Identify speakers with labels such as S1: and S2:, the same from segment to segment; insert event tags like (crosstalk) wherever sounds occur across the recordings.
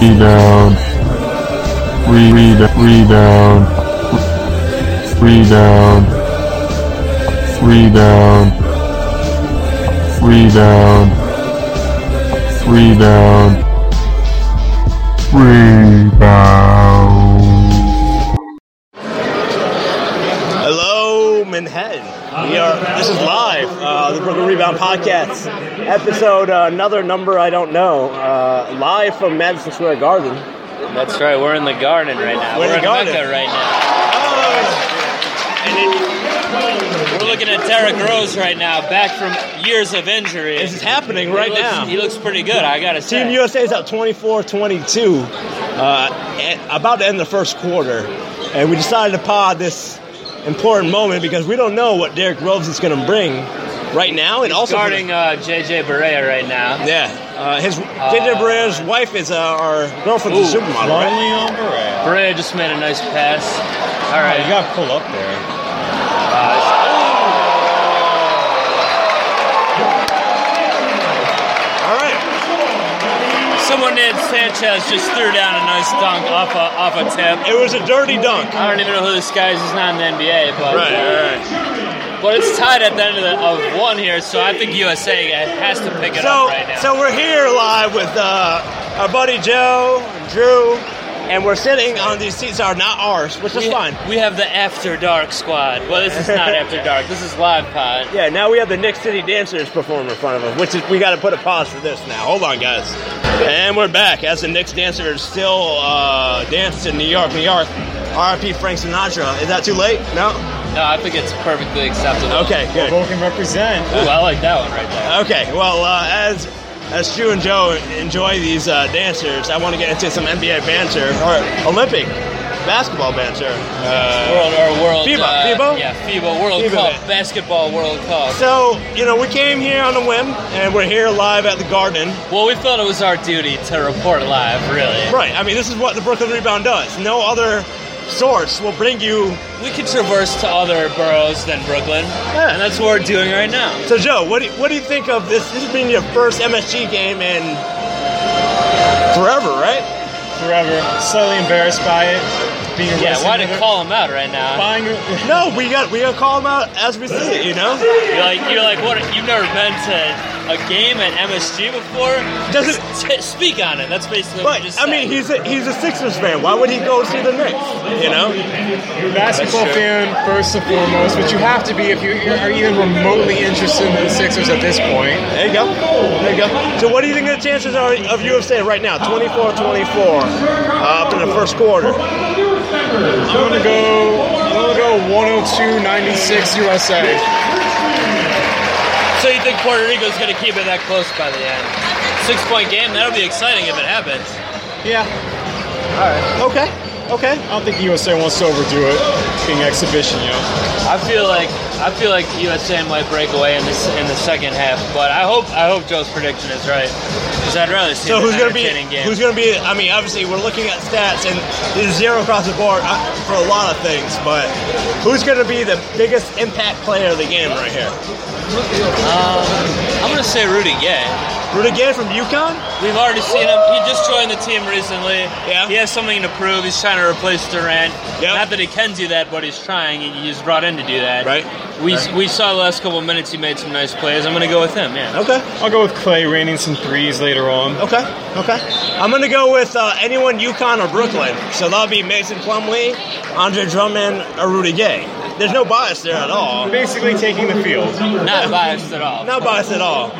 S1: Rebound. Re- re- rebound. Rebound. Rebound. Rebound. Rebound. Rebound.
S2: Hello, Manhattan. We are. This is live. Uh, the Brooklyn Rebound Podcast episode. Uh, another number I don't know. Uh, live from Madison Square Garden.
S3: That's right. We're in the garden right now.
S2: We're in
S3: We're,
S2: the
S3: in
S2: garden.
S3: Mecca right now.
S2: Oh,
S3: And it- we're looking at Derrick Rose right now, back from years of injury.
S2: this is happening right
S3: he looks,
S2: now.
S3: He looks pretty good. I gotta say.
S2: Team USA is up 24-22, uh, at- about to end the first quarter, and we decided to pod this important moment because we don't know what Derrick Rose is going to bring right now, and also for the-
S3: guarding uh, JJ Barea right now.
S2: Yeah, uh, his JJ Barrett's wife is uh, our girlfriend, the
S3: Ooh,
S2: supermodel, right?
S4: on Burrell.
S3: Barea just made a nice pass.
S2: Oh,
S3: All
S4: You
S3: right.
S4: got to pull up there.
S3: Uh,
S2: All right.
S3: someone named Sanchez just threw down a nice dunk off a off a tip.
S2: It was a dirty dunk.
S3: I don't even know who this guy is. He's not in the NBA, but
S2: right.
S3: but it's tied at the end of, the, of one here, so I think USA has to pick it
S2: So,
S3: up right now.
S2: so we're here live with uh, our buddy Joe, Drew, and we're sitting on these seats that are not ours, which is
S3: we,
S2: fine.
S3: We have the After Dark squad. Well, this is not After Dark. This is Live Pod.
S2: Yeah, now we have the Nick City Dancers performing in front of us, which is we got to put a pause for this now. Hold on, guys. And we're back as the Knicks dancers still uh, dance in New York, New York. RIP Frank Sinatra. Is that too late? No.
S3: No, I think it's perfectly acceptable.
S2: Okay, good.
S4: Both can represent.
S3: Ooh, I like that one right there.
S2: Okay, well, uh, as as Stu and Joe enjoy these uh, dancers, I want to get into some NBA banter or Olympic basketball banter. Uh,
S3: World or World
S2: FIBA,
S3: uh,
S2: FIBA?
S3: Yeah, FIBA World
S2: FIBA.
S3: Cup basketball World Cup.
S2: so you know, we came here on a whim, and we're here live at the Garden.
S3: Well, we felt it was our duty to report live. Really,
S2: Right. I mean, this is what the Brooklyn Rebound does. No other source will bring you.
S3: we could traverse to other boroughs than Brooklyn,
S2: Yeah.
S3: and that's what we're doing right now.
S2: So, Joe, what do you, what do you think of this? This has been your first MSG game in forever, right? (laughs)
S4: Forever. Slightly embarrassed by it. Being
S3: Yeah, why did
S4: arrested.
S3: call him out right now?
S4: Buying,
S2: No, we got we gotta call them out as we see it. You know,
S3: You're like, you're like, what? You've never been to a game at MSG before?
S2: Doesn't-
S3: S- (laughs) speak on it. That's basically
S2: but
S3: what you just
S2: I
S3: said.
S2: mean, he's a he's a Sixers fan. Why would he go see the Knicks? You know.
S4: you're a basketball
S3: That's true.
S4: fan first and foremost, but you have to be if you are even remotely interested in the Sixers at this point.
S2: There you go. There you go. So, what do you think the chances are of USA right now? 24 24 up in the first quarter.
S4: I'm gonna go. I'm gonna go 102 96 USA.
S3: So you think Puerto Rico's going to keep it that close by the end? Six point game, that'll be exciting if it happens.
S4: Yeah,
S2: Okay. Okay.
S4: I don't think USA wants to overdo it. Being exhibition, you know.
S3: I feel like I feel like USA might break away in this in the second half, but I hope I hope Joe's prediction is right because I'd rather see
S2: So,
S3: an
S2: who's going to be.
S3: entertaining game.
S2: Who's going to be. I mean, obviously, we're looking at stats and there's zero across the board uh, for a lot of things, but who's going to be the biggest impact player of the game right here?
S3: I'm going to say Rudy Gay.
S2: Rudy Gay from UConn?
S3: We've already seen him. He just joined the team recently.
S2: Yeah.
S3: He has something to prove. He's trying to replace Durant.
S2: Yeah.
S3: Not that he can do that, but he's trying. and He was brought in to do that.
S2: Right.
S3: We, we saw the last couple of minutes he made some nice plays. I'm going to go with him, yeah.
S2: Okay.
S4: I'll go with Clay raining some threes later on.
S2: Okay, okay. I'm gonna go with uh, anyone UConn or Brooklyn. So that'll be Mason Plumlee, Andre Drummond, or Rudy Gay. There's no bias there at all.
S4: Basically taking the field.
S3: Not biased at all.
S2: No bias at all.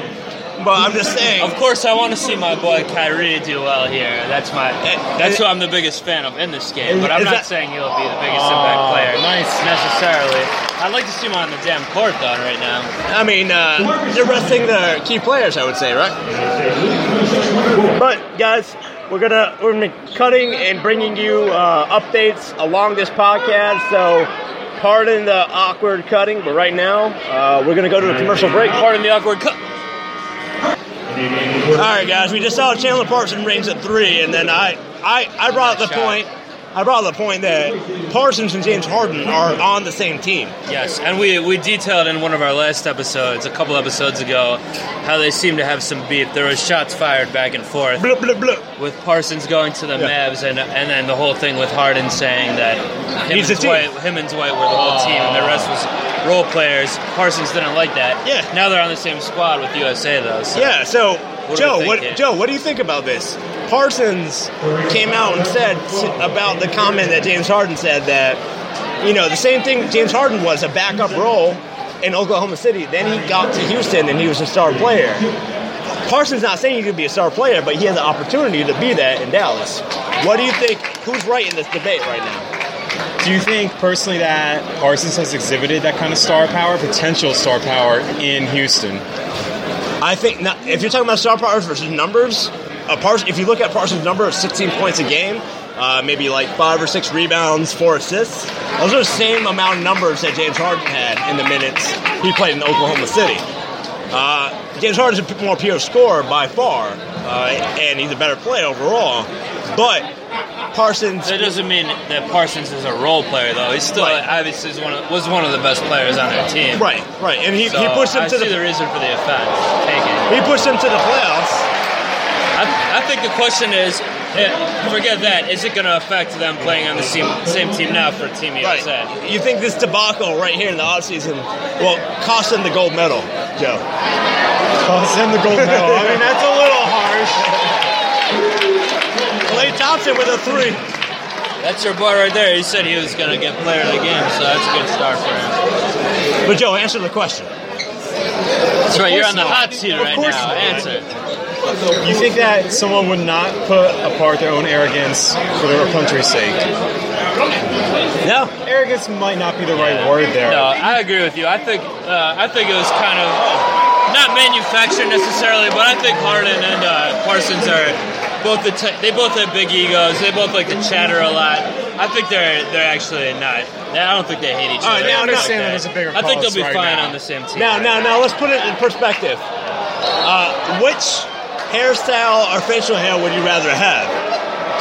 S2: But I'm just saying.
S3: Of course, I want to see my boy Kyrie do well here. That's my. That's who I'm the biggest fan of in this game. But I'm
S2: Is
S3: not
S2: that-
S3: saying he'll be the biggest impact player.
S4: nice.
S3: necessarily. I'd like to see him on the damn court though right now.
S2: I mean, uh, they're resting the key players, I would say, right? But guys, we're gonna we're gonna be cutting and bringing you uh, updates along this podcast. So pardon the awkward cutting, but right now uh, we're gonna go to a commercial break.
S3: Pardon the awkward cut.
S2: All right, guys, we just saw Chandler Parson rings at three, and then I, I, I brought up the
S3: Shot.
S2: point. I brought up the point that Parsons and James Harden are on the same team.
S3: Yes, and we we detailed in one of our last episodes, a couple episodes ago, how they seem to have some beef. There was shots fired back and forth
S2: Blah, blah, blah.
S3: with Parsons going to the
S2: Yeah.
S3: Mavs, and and then the whole thing with Harden saying that him,
S2: He's
S3: and
S2: a team.
S3: Dwight, him and Dwight were the whole team, and the rest was role players. Parsons didn't like that.
S2: Yeah.
S3: Now they're on the same squad with USA though. So.
S2: Yeah. So,
S3: we
S2: Joe,
S3: thinking?
S2: what Joe, what do you think about this? Parsons came out and said s- about the comment that James Harden said that you know the same thing James Harden was a backup role in Oklahoma City. Then he got to Houston and he was a star player. Parsons not saying he could be a star player, but he has an opportunity to be that in Dallas. What do you think? Who's right in this debate right now?
S4: Do you think personally that Parsons has exhibited that kind of star power, potential star power in Houston?
S2: I think not, if you're talking about star powers versus numbers, a Pars, if you look at Parsons' number of 16 points a game, uh, maybe like five or six rebounds, four assists, those are the same amount of numbers that James Harden had in the minutes he played in Oklahoma City. Uh, James Harden's a p- more pure scorer by far, uh, and he's a better player overall, but Parsons.
S3: That doesn't mean that Parsons is a role player though. He's still
S2: Right.
S3: obviously is one of, was one of the best players on their team.
S2: Right, right, and he,
S3: So
S2: he pushed him
S3: I
S2: to
S3: see
S2: the,
S3: the reason for the offense. Taken.
S2: he pushed him to the playoffs.
S3: I, I think the question is, eh, forget that. Is it going to affect them playing on the same, same team now for Team
S2: Right.
S3: USA?
S2: You think this debacle right here in the offseason will cost them the gold medal, Joe?
S4: Oh, send the gold medal. I mean,
S2: that's a little harsh. Clay Thompson with a three.
S3: That's your boy right there. He said he was going to get player of the game, so that's a good start for him.
S2: But Joe, answer the question.
S3: That's right. You're on the hot
S4: not.
S3: seat
S4: Of
S3: right
S4: course
S3: now.
S4: not.
S3: Answer.
S4: You think that someone would not put apart their own arrogance for their country's sake?
S2: No.
S4: Arrogance might not be the right word there.
S3: No, I agree with you. I think uh, I think it was kind of oh, not manufactured necessarily, but I think Harden and uh, Parsons are both the t- they both have big egos. They both like to chatter a lot. I think they're they're actually not. I don't think they hate each
S2: All right, now,
S3: other. I think
S4: understand
S3: they-
S4: that there's a bigger
S3: I think they'll be
S4: cause right
S3: fine
S4: now.
S3: on the same team.
S2: Now, now, now, let's put it in perspective. Uh, which hairstyle or facial hair would you rather have?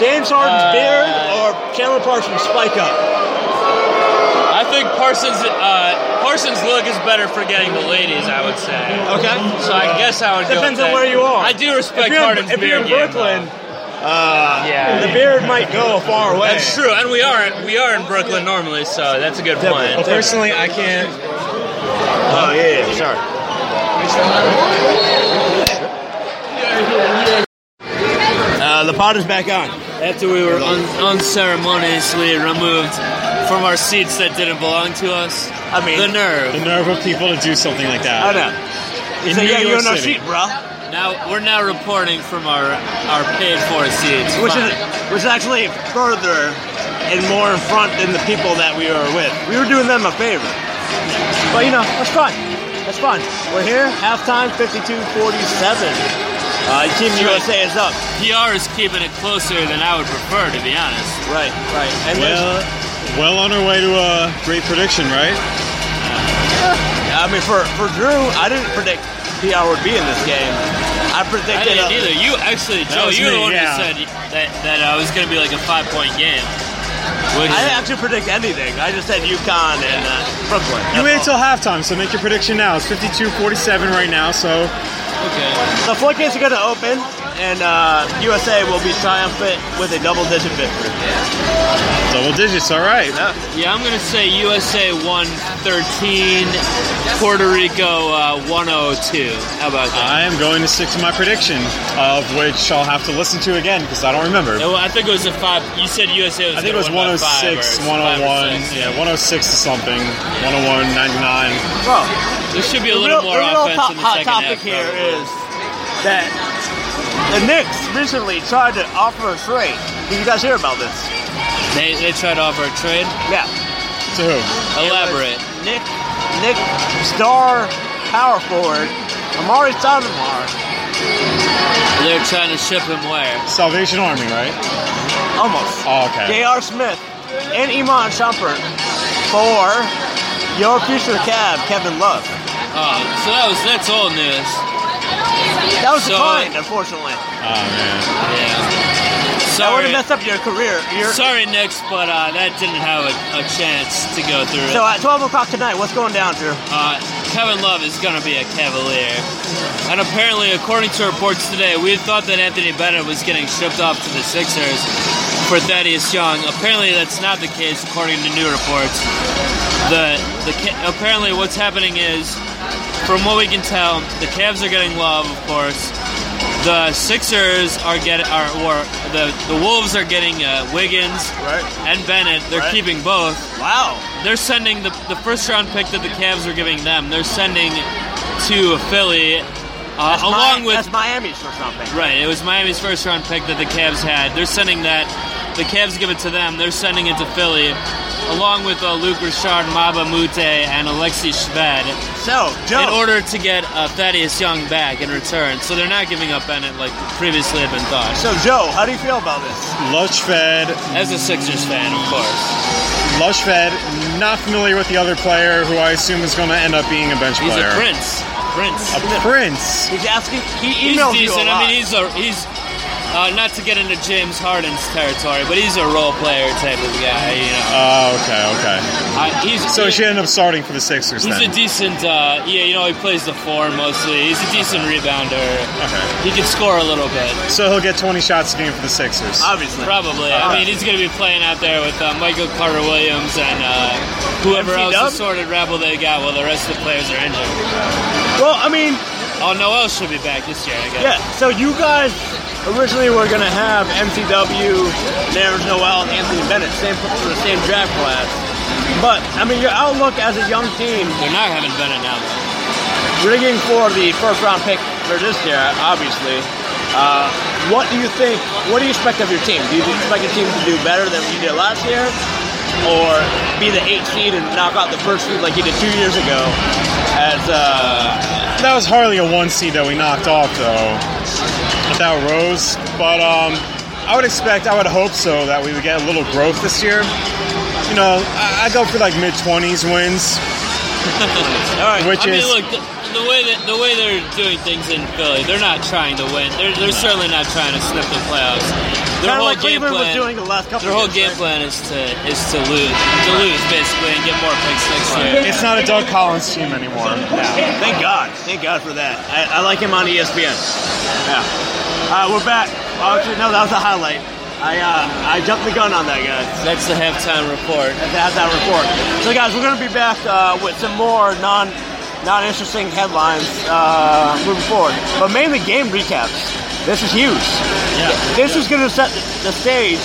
S2: James Harden's
S3: Uh,
S2: beard or Chandler Parsons' spike up?
S3: I think Parsons uh, Parsons look is better for getting the ladies. I would say.
S2: Okay.
S3: So I guess I would. go
S2: Uh, Depends
S3: with
S2: on
S3: that.
S2: where you are.
S3: I do respect
S2: if you're,
S3: Harden's
S2: if you're in
S3: beard game, though.
S2: Brooklyn, uh,
S3: Yeah.
S2: the beard might go far away.
S3: That's true, and we are we are in Brooklyn normally, so that's a good
S2: Definitely.
S3: point.
S4: Well, personally, I can't.
S2: Oh yeah, yeah, sorry. Uh, the pod is back on.
S3: After we were un- unceremoniously removed from our seats that didn't belong to us,
S2: I mean-
S3: the nerve.
S4: nerve of people to do something like
S2: Oh
S4: that.
S2: no.
S4: In
S2: So,
S4: New
S2: yeah,
S4: York
S2: you're in our
S4: City.
S2: seat, bro.
S3: Now we're now reporting from our our paid for seats,
S2: Which is
S3: Fine.
S2: which is actually further and more in front than the people that we were with. We were doing them a favor. But you know, that's fun. That's fun. We're here, halftime, 52-47. Uh, Team USA is up.
S3: PR is keeping it closer than I would prefer, to be honest.
S2: Right, right. And there's-
S4: Well, well on our way to a great prediction, right?
S2: I mean, for, for Drew, I didn't predict PR would be in this game. I
S3: I
S2: predicted.
S3: didn't
S2: uh,
S3: either. You actually, Joe,
S4: was
S3: you were the
S4: me,
S3: one
S4: yeah.
S3: who said that that uh, was going to be like a five point game. Which
S2: I didn't actually predict anything. I just said UConn and uh, Brooklyn.
S4: You waited
S2: That's
S4: till halftime, so make your prediction now. It's 52-47 right now, so
S3: okay.
S2: all. the floodgates are going to open, and uh, USA will be triumphant with a double-digit victory.
S4: double digits, all right.
S3: Yeah, I'm gonna say USA 113, Puerto Rico uh, 102. How about that?
S4: I am going to stick to my prediction, of which I'll have to listen to again because I don't remember.
S3: No, I think it was a five. You said USA was.
S4: Uh, I think it was
S3: gonna win by five
S4: 106,
S3: or five
S4: 101,
S3: or six.
S4: yeah, 106 to something, 101, 99.
S2: Bro,
S3: There should be a
S2: the
S3: little
S2: real,
S3: more
S2: the real
S3: offense
S2: top,
S3: in the
S2: hot
S3: second
S2: topic
S3: half.
S2: here
S3: probably.
S2: is that the Knicks recently tried to offer a trade. Did you guys hear about this?
S3: They, they tried to offer a trade.
S2: Yeah.
S4: To who?
S3: Elaborate.
S2: Nick, Nick, star power forward, Amari Stoudemire,
S3: They're trying to ship him where?
S4: Salvation Army, right?
S2: almost.
S4: Oh, okay.
S2: J.R. Smith and Iman Shumpert for your future cab, Kevin Love.
S3: Oh, so that was that's old news.
S2: That was
S3: So-
S2: declined, unfortunately.
S4: Oh, man.
S3: Yeah.
S2: That would
S3: sorry.
S2: have messed up your career. Your, so
S3: Sorry, Knicks, but uh, that didn't have a, a chance to go through. it.
S2: at 12 o'clock tonight, what's going down, Drew?
S3: Uh, Kevin Love is going to be a Cavalier. And apparently, according to reports today, we thought that Anthony Bennett was getting shipped off to the Sixers for Thaddeus Young. Apparently, that's not the case, according to new reports. The, the Ca- Apparently, what's happening is, from what we can tell, the Cavs are getting Love, of course. The Sixers are getting, are, or the, the Wolves are getting uh, Wiggins
S2: Right.
S3: and Bennett. They're
S2: Right.
S3: keeping both
S2: Wow.
S3: they're sending the, the first round pick that the Cavs are giving them. They're sending to Philly, uh, along
S2: Mi-
S3: with
S2: That's Miami's or something.
S3: right. It was Miami's first round pick that the Cavs had. They're sending that. The Cavs give it to them. They're sending it to Philly, along with uh, Luke Richard, Maba Mute, and Alexi Shved,
S2: So, Joe.
S3: in order to get uh, Thaddeus Young back in return. So they're not giving up Bennett like previously had been thought.
S2: so, Joe, how do you feel about this?
S4: Lushfed
S3: As a Sixers fan, of course,
S4: Lushfed, not familiar with the other player who I assume is going to end up being a bench
S3: he's
S4: player.
S3: a prince. Prince.
S4: A prince.
S2: He's asking. He
S3: He's
S2: emails you a
S3: decent.
S2: lot.
S3: I mean, he's a he's uh, not to get into James Harden's territory, but he's a role player type of guy. You know,
S4: Oh, okay, okay.
S3: uh, he's
S4: So
S3: he-
S4: she ended up starting for the Sixers
S3: He's
S4: then.
S3: a decent, uh, yeah, you know, he plays the four mostly. He's a decent rebounder.
S4: okay.
S3: He can score a little bit,
S4: So he'll get 20 shots a game for the Sixers.
S3: Uh,
S2: Obviously.
S3: probably. I mean, he's going to be playing out there with uh, Michael Carter Williams and uh, whoever
S2: MC
S3: else
S2: Dub?
S3: assorted rabble they got while the rest of the players are injured.
S2: Well, I mean,
S3: Oh, Noel should be back this year, I guess.
S2: yeah. So you guys originally were gonna have MCW, Nairns Noel, and Anthony Bennett, same for the same draft class. But I mean, your outlook as a young team,
S3: They're not having Bennett now, though.
S2: rigging for the first round pick for this year, obviously. Uh, what do you think? What do you expect of your team? Do you expect your team to do better than you did last year, or be the eight seed and knock out the first seed like you did two years ago? As uh,
S4: That was hardly a one seed that we knocked off though. Without Rose. But um I would expect, I would hope so, that we would get a little growth this year. You know, I, I go for like mid
S3: (laughs)
S4: 20s wins.
S2: all right,
S4: Which
S3: I mean,
S4: is-
S3: look, the, the way that the way they're doing things in Philly, they're not trying to win. They're, they're certainly not trying to sniff the playoffs. Their
S2: kind of
S3: whole
S2: like
S3: game
S2: Cleveland was
S3: plan,
S2: doing the last couple.
S3: their whole
S2: of
S3: game
S2: years,
S3: plan is to is to lose, to lose basically, and get more picks next year.
S4: It's not a Doug Collins team anymore.
S2: Yeah. Thank God. Thank God for that. I, I like him on E ESPN. Yeah. Uh, we're back. Oh, actually, no, that was a highlight. I uh, I jumped the gun on that, guys.
S3: That's the halftime report.
S2: That's that report. So, guys, we're going to be back uh, with some more non non interesting headlines uh, moving forward, but mainly game recaps. This is huge. This is going to set the stage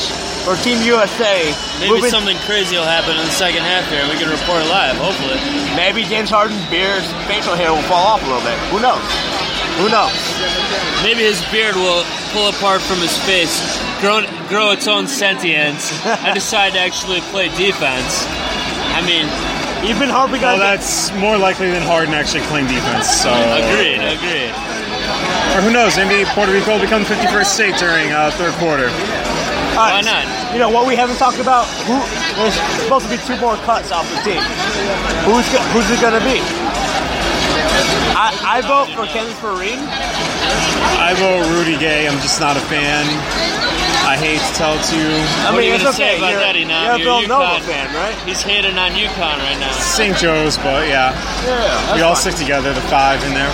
S2: for Team USA.
S3: Maybe something crazy will happen in the second half here, and we can report live. Hopefully,
S2: maybe James Harden's beard, facial hair will fall off a little bit. Who knows? Who knows?
S3: maybe his beard will pull apart from his face, grow grow its
S2: (laughs)
S3: own sentience, and decide to actually play defense. I mean,
S2: You've been harping
S4: Well,
S2: on that.
S4: that's more likely than Harden actually playing defense.
S2: Oh,
S4: So
S3: agreed, agreed.
S4: Or who knows? Maybe Puerto Rico will become 51st state during uh, third quarter.
S2: Why
S3: not?
S2: You know what we haven't talked about? Who there's supposed to be two more cuts off the team. Who's go, who's it gonna be? I, I vote for Kenneth Fareed.
S4: I vote Rudy Gay. I'm just not a fan. I hate to tell it to you.
S2: I
S3: What are
S2: mean,
S3: you
S2: it's
S3: gonna
S2: okay.
S3: say about
S2: you're,
S3: that, Inam?
S2: you're a
S3: You're
S2: Villanova
S3: UConn.
S2: fan, right?
S3: He's hating on UConn right now.
S4: St. Joe's, but yeah,
S2: Yeah. that's
S4: we all
S2: fine.
S4: stick together. The five in there,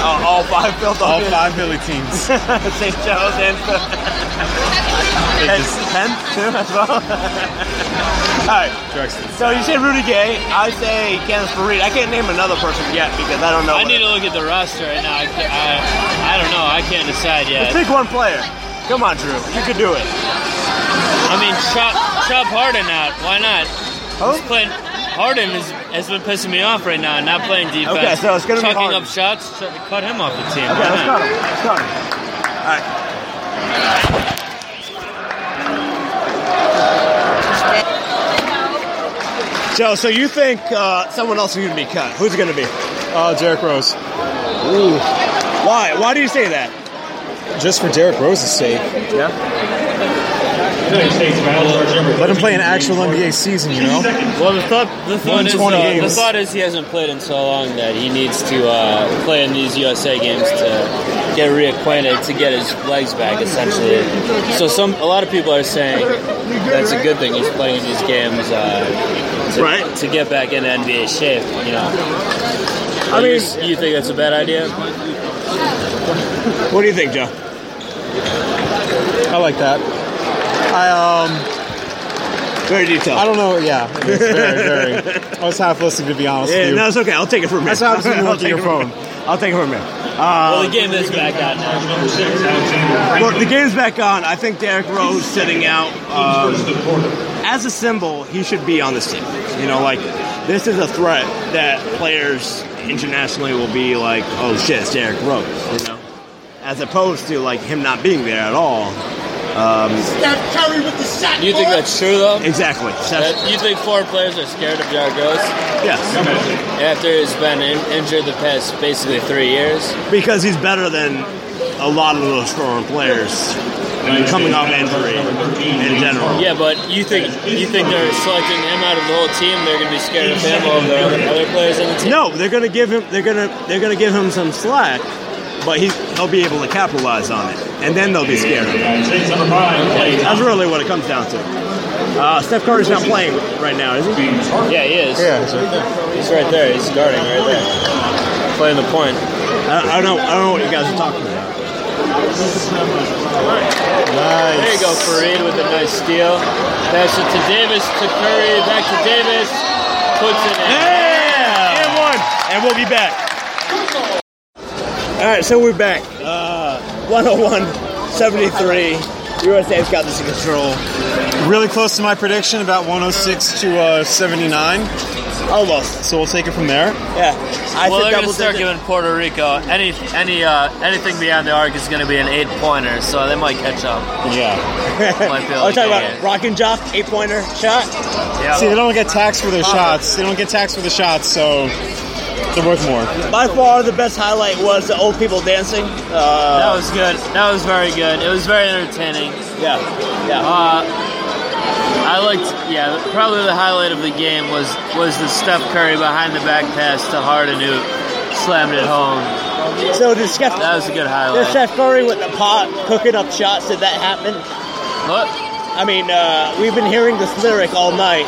S2: Uh, all five
S4: all
S2: Philadelphia.
S4: five Philly teams.
S2: (laughs) five. St. Joe's and
S4: It
S2: and
S4: just
S2: Penn too as well. (laughs) all right.
S4: directs it.
S2: So you say Rudy Gay. I say Kenneth Fareed. I can't name another person yet because I don't know.
S3: I
S2: what-
S3: need to look at the roster right now. I, can't- I, I don't know. I can't decide yet.
S2: pick one player. Come on, Drew. You could do it.
S3: I mean, chop, chop Harden out. Why not?
S2: Oh.
S3: Playing, Harden is, has been pissing me off right now. Not playing defense.
S2: Okay, so it's gonna be
S3: Chucking
S2: Harden.
S3: up shots. so- Cut him off the team.
S2: Okay,
S3: Why
S2: let's
S3: not?
S2: cut him. Let's cut him. All right. Joe, so you think uh, someone else is going to be cut? Who's it going to be?
S4: Uh, Derrick Rose.
S2: Ooh. Why? Why do you say that?
S4: Just for Derrick Rose's sake.
S2: Yeah.
S4: Let him play an actual NBA season, you know?
S3: Well, the thought, the thought, is,
S4: 120
S3: uh, the
S4: games.
S3: thought is he hasn't played in so long that he needs to uh, play in these USA games to get reacquainted, to get his legs back, essentially. So some, a lot of people are saying that's a good thing he's playing these games uh, to,
S2: Right.
S3: to get back in NBA shape, you know.
S2: I mean, Uh,
S3: you, you think that's a bad idea?
S2: what do you think, Joe?
S4: I like that. I um
S2: Very detailed.
S4: I don't know, yeah. It's very, very I was half listening to be honest
S2: yeah,
S4: with you.
S2: no, it's okay. I'll take it from here.
S4: That's obviously
S2: (laughs)
S4: you
S2: I'll
S4: look at
S2: take
S4: your
S2: it from
S4: phone.
S2: here. I'll take it from here.
S3: well, the game is back on now.
S2: Well, the game's back on. I think Derrick Rose sitting out um, as a symbol, he should be on this team. You know, like this is a threat that players internationally will be like, "Oh shit, it's Derrick Rose," you know, as opposed to like him not being there at all.
S5: Steph Curry with the shot.
S3: You think
S5: boy.
S3: that's true, though?
S2: Exactly. Seth-
S3: That- you think four players are scared of Derrick Rose
S2: yes,
S3: after he's been in, injured the past basically three years?
S2: because he's better than a lot of those foreign players coming off injury in general.
S3: Yeah, but you think you think they're selecting him out of the whole team? They're going to be scared of him over the other, other players on the team.
S2: No, they're gonna give him. They're gonna. They're gonna give him some slack, but he he'll be able to capitalize on it, and then they'll be scared. of him. That's really what it comes down to. Uh, Steph Curry's not playing right now, is he?
S3: Yeah, he is. He's right there. He's guarding right there, playing the point.
S2: I, I don't know. I don't know what you guys are talking about.
S4: Nice.
S3: There you go, Farid with a nice steal. Pass it to Davis to Curry. Back to Davis. Puts it in.
S2: Yeah, and one, and we'll be back. All right, so we're back. Uh, 101, 73. USA's got this in control.
S4: Really close to my prediction, about 106 to uh, 79.
S2: Almost.
S4: So we'll take it from there.
S2: Yeah. I said
S3: Well, they're going to
S2: double
S3: start
S2: digit.
S3: giving Puerto Rico any any uh, anything beyond the arc is going to be an eight pointer, so they might catch up.
S4: Yeah.
S3: Might be
S2: Oh,
S3: able
S2: talking
S3: to get
S2: about rock and jock eight pointer shot.
S3: it. Yeah.
S4: See, they don't get taxed for their shots. They don't get taxed for the shots, so they're worth more.
S2: By far, the best highlight was the old people dancing.
S3: That
S2: Uh,
S3: was good. That was very good. It was very entertaining.
S2: yeah, yeah.
S3: Uh, I liked, yeah, probably the highlight of the game was was the Steph Curry behind the back pass to Harden who slammed it home.
S2: So did Steph,
S3: That was a
S2: did
S3: good highlight.
S2: Steph Curry with the pot cooking up shots? Did that happen?
S3: Look,
S2: I mean, uh, we've been hearing this lyric all night.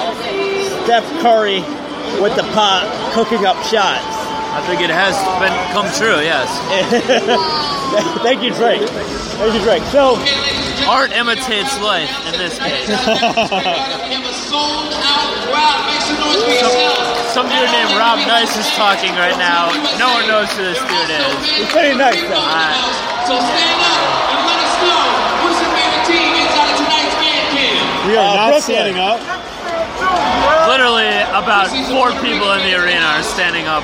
S2: Steph Curry with the pot cooking up shots. (laughs)
S3: I think it has been come true. Yes,
S2: Thank you, Drake. Thank you, Drake. So
S3: art imitates life in this case.
S5: Him a sold out crowd. Make some noise for yourself.
S3: Some dude named Rob Nice is talking right now. No one knows who this dude is.
S2: it's pretty nice. Though.
S3: Uh,
S5: So stand up and let us know who's your favorite team inside of tonight's fan camp.
S4: We are
S2: Uh,
S4: not
S2: Brooklyn.
S4: standing up.
S3: literally about four people in the arena are standing up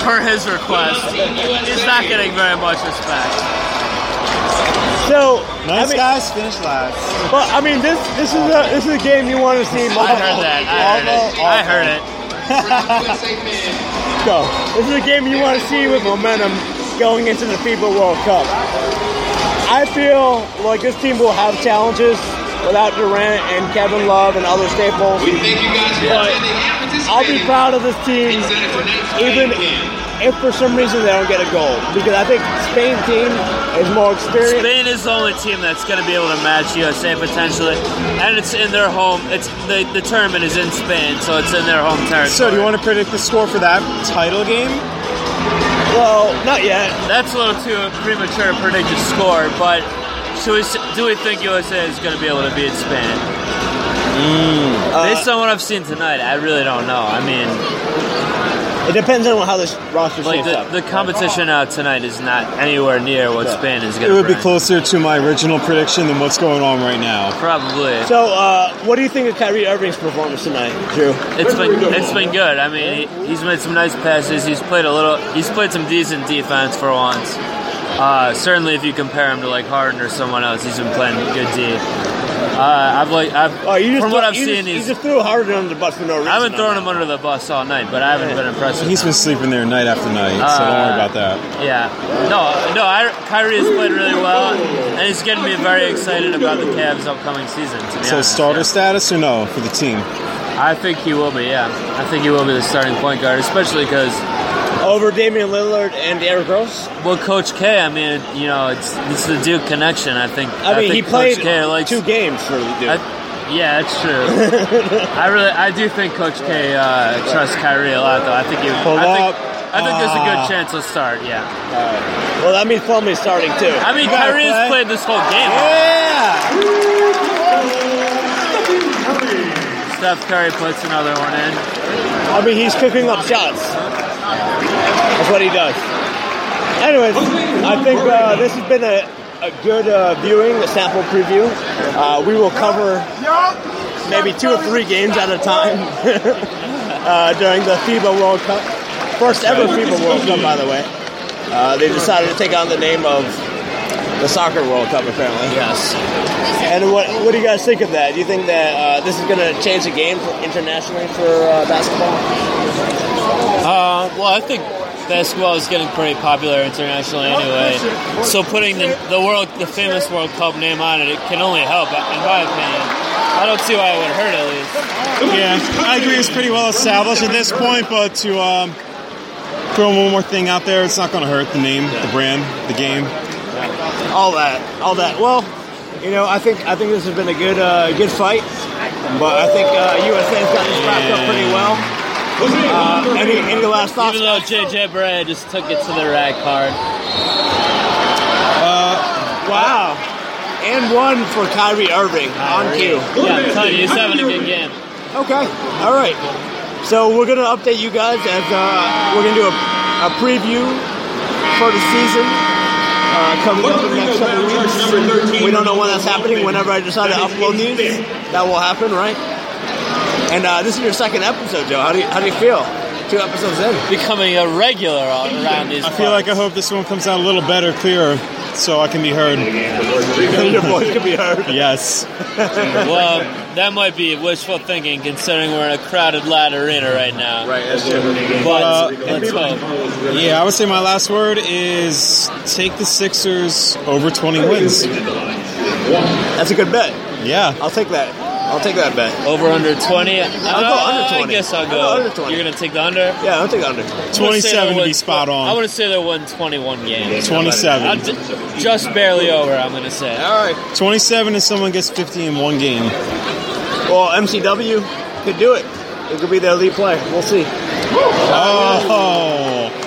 S3: per his request. He's not getting very much respect.
S2: So
S4: Nice
S2: I mean,
S4: guys finish last.
S2: but I mean, this this is a this is a game you want to see.
S3: I
S2: multiple-
S3: heard that. I heard it. I heard it.
S5: USA fan.
S2: go. This is a game you want to see with momentum going into the FIBA World Cup. I feel like this team will have challenges without Durant and Kevin Love and other staples.
S5: We thank you guys for
S2: But
S5: attending and
S2: I'll be
S5: participating
S2: proud of this team,
S5: inside of tonight's fan
S2: even
S5: camp.
S2: if for some reason they don't get a goal, because I think Spain team is more experienced.
S3: Spain is the only team that's going to be able to match USA potentially, and it's in their home. It's the, the tournament is in Spain, so it's in their home territory.
S4: So, do you want to predict the score for that title game?
S2: Well, not yet.
S3: That's a little too premature to predict a score, but should we, s- do we think USA is going to be able to beat Spain? Based on what I've seen tonight, I really don't know. I mean,
S2: It depends on how this roster shapes
S3: like the,
S2: up.
S3: the competition out tonight is not anywhere near what Spain is going
S4: It
S3: to.
S4: would be closer to my original prediction than what's going on right now.
S3: Probably.
S2: so, uh, what do you think of Kyrie Irving's performance tonight, Drew?
S3: It's been it's been good. I mean, he, he's made some nice passes. He's played a little. He's played some decent defense for once. Uh, certainly, if you compare him to like Harden or someone else, he's been playing good D. Uh, I've like I've
S2: Oh, you just
S3: from
S2: threw,
S3: what I've
S2: you
S3: seen,
S2: just, you
S3: he's
S2: just threw Harden under the bus for no reason.
S3: I haven't
S2: on
S3: thrown
S2: (laughs)
S3: him under the bus all night, but I haven't been impressed. With
S4: He's
S3: him.
S4: been sleeping there night after night, so don't worry about that.
S3: Yeah. No, no. I, Kyrie has played really well, and it's getting me very excited about the Cavs' upcoming season. To be
S4: So
S3: honest,
S4: starter
S3: yeah.
S4: status or no for the team?
S3: I think he will be. Yeah, I think he will be the starting point guard, especially because
S2: that. over Damian Lillard and Derrick Rose.
S3: well, Coach K. I mean, you know, it's it's the Duke connection. I think.
S2: I mean, he
S3: think
S2: played
S3: Coach K likes,
S2: two games for the Duke.
S3: I, yeah, that's true.
S4: (laughs)
S3: I really, I do think Coach K uh, trusts Kyrie a lot, though. I think he. I
S4: Pull
S3: think,
S4: up.
S3: I think there's a
S4: Ah.
S3: good chance he'll start. Yeah.
S2: well, that means Plumlee's starting too.
S3: I mean,
S4: You gotta
S3: Kyrie
S4: play.
S3: has played this whole game.
S4: Yeah.
S3: Steph Curry puts another one in.
S2: I mean, he's cooking up shots. That's what he does. Anyways, I think uh, this has been a, a good uh, viewing, a sample preview. Uh, we will cover maybe two or three games at a time (laughs) uh, during the FIBA World Cup. First ever FIBA World Cup, by the way. Uh, they decided to take on the name of the Soccer World Cup, apparently.
S3: Yes.
S2: And what what do you guys think of that? Do you think that uh, this is going to change the game for, internationally for uh, basketball?
S3: Uh, well, I think basketball is getting pretty popular internationally anyway. So putting the, the world, the famous World Cup name on it, it can only help, in my opinion. I don't see why it would hurt at least.
S4: Yeah, I agree. It's pretty well established at this point, but to um, throw one more thing out there, it's not going to hurt the name, the brand, the game.
S2: All that, all that. Well, you know, I think I think this has been a good uh, good fight, but I think uh, USA's got this wrapped up pretty well. Uh, any any last thoughts?
S3: Even though JJ Barea just took it to the rack hard.
S2: Wow, and one for Kyrie Irving on cue.
S3: Yeah, I'm telling you, he's having a good game.
S2: Okay. All right. So we're gonna update you guys as uh, we're gonna do a, a preview for the season uh, coming up in the next couple weeks. We don't know when that's happening. Whenever I decide to upload these, that will happen, right? And uh, this is your second episode, Joe. How do you, how do you feel? Two episodes in.
S3: Becoming a regular all around these
S4: I feel like I hope this one comes out a little better, clearer, so I can be heard.
S2: (laughs) your voice could be heard.
S4: Yes.
S3: parts. Well, that might be wishful thinking considering we're in a crowded light arena right now. Right, But
S4: Uh,
S3: let's hope.
S4: Yeah, I would say my last word is take the Sixers over 20 wins.
S2: That's a good bet.
S4: Yeah.
S2: I'll take that. I'll take that bet.
S3: Over under 20? I'll
S2: go under 20.
S3: I guess I'll
S2: I'll
S3: go.
S2: go under 20.
S3: You're going to take the under?
S2: Yeah, I'll take under.
S3: I'm gonna say
S4: 27
S3: they
S4: to be
S3: won-
S4: spot
S3: I
S4: on.
S3: want to say they won 21 games. I'll
S4: 27.
S3: d- just barely over, I'm going to say.
S2: All right.
S4: 27 if someone gets 50 in one game.
S2: Well, MCW could do it. It could be their lead player. We'll see.
S4: Oh.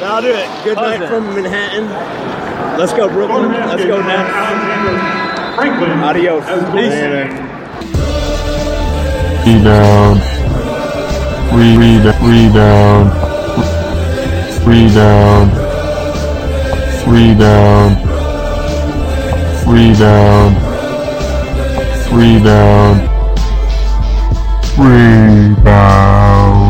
S2: I'll do it. Good night
S3: Husband.
S2: from Manhattan. Let's go, Brooklyn. Let's go now. Adios.
S1: Rebound. Re- re- rebound. Rebound. Rebound. Rebound. Rebound. Rebound.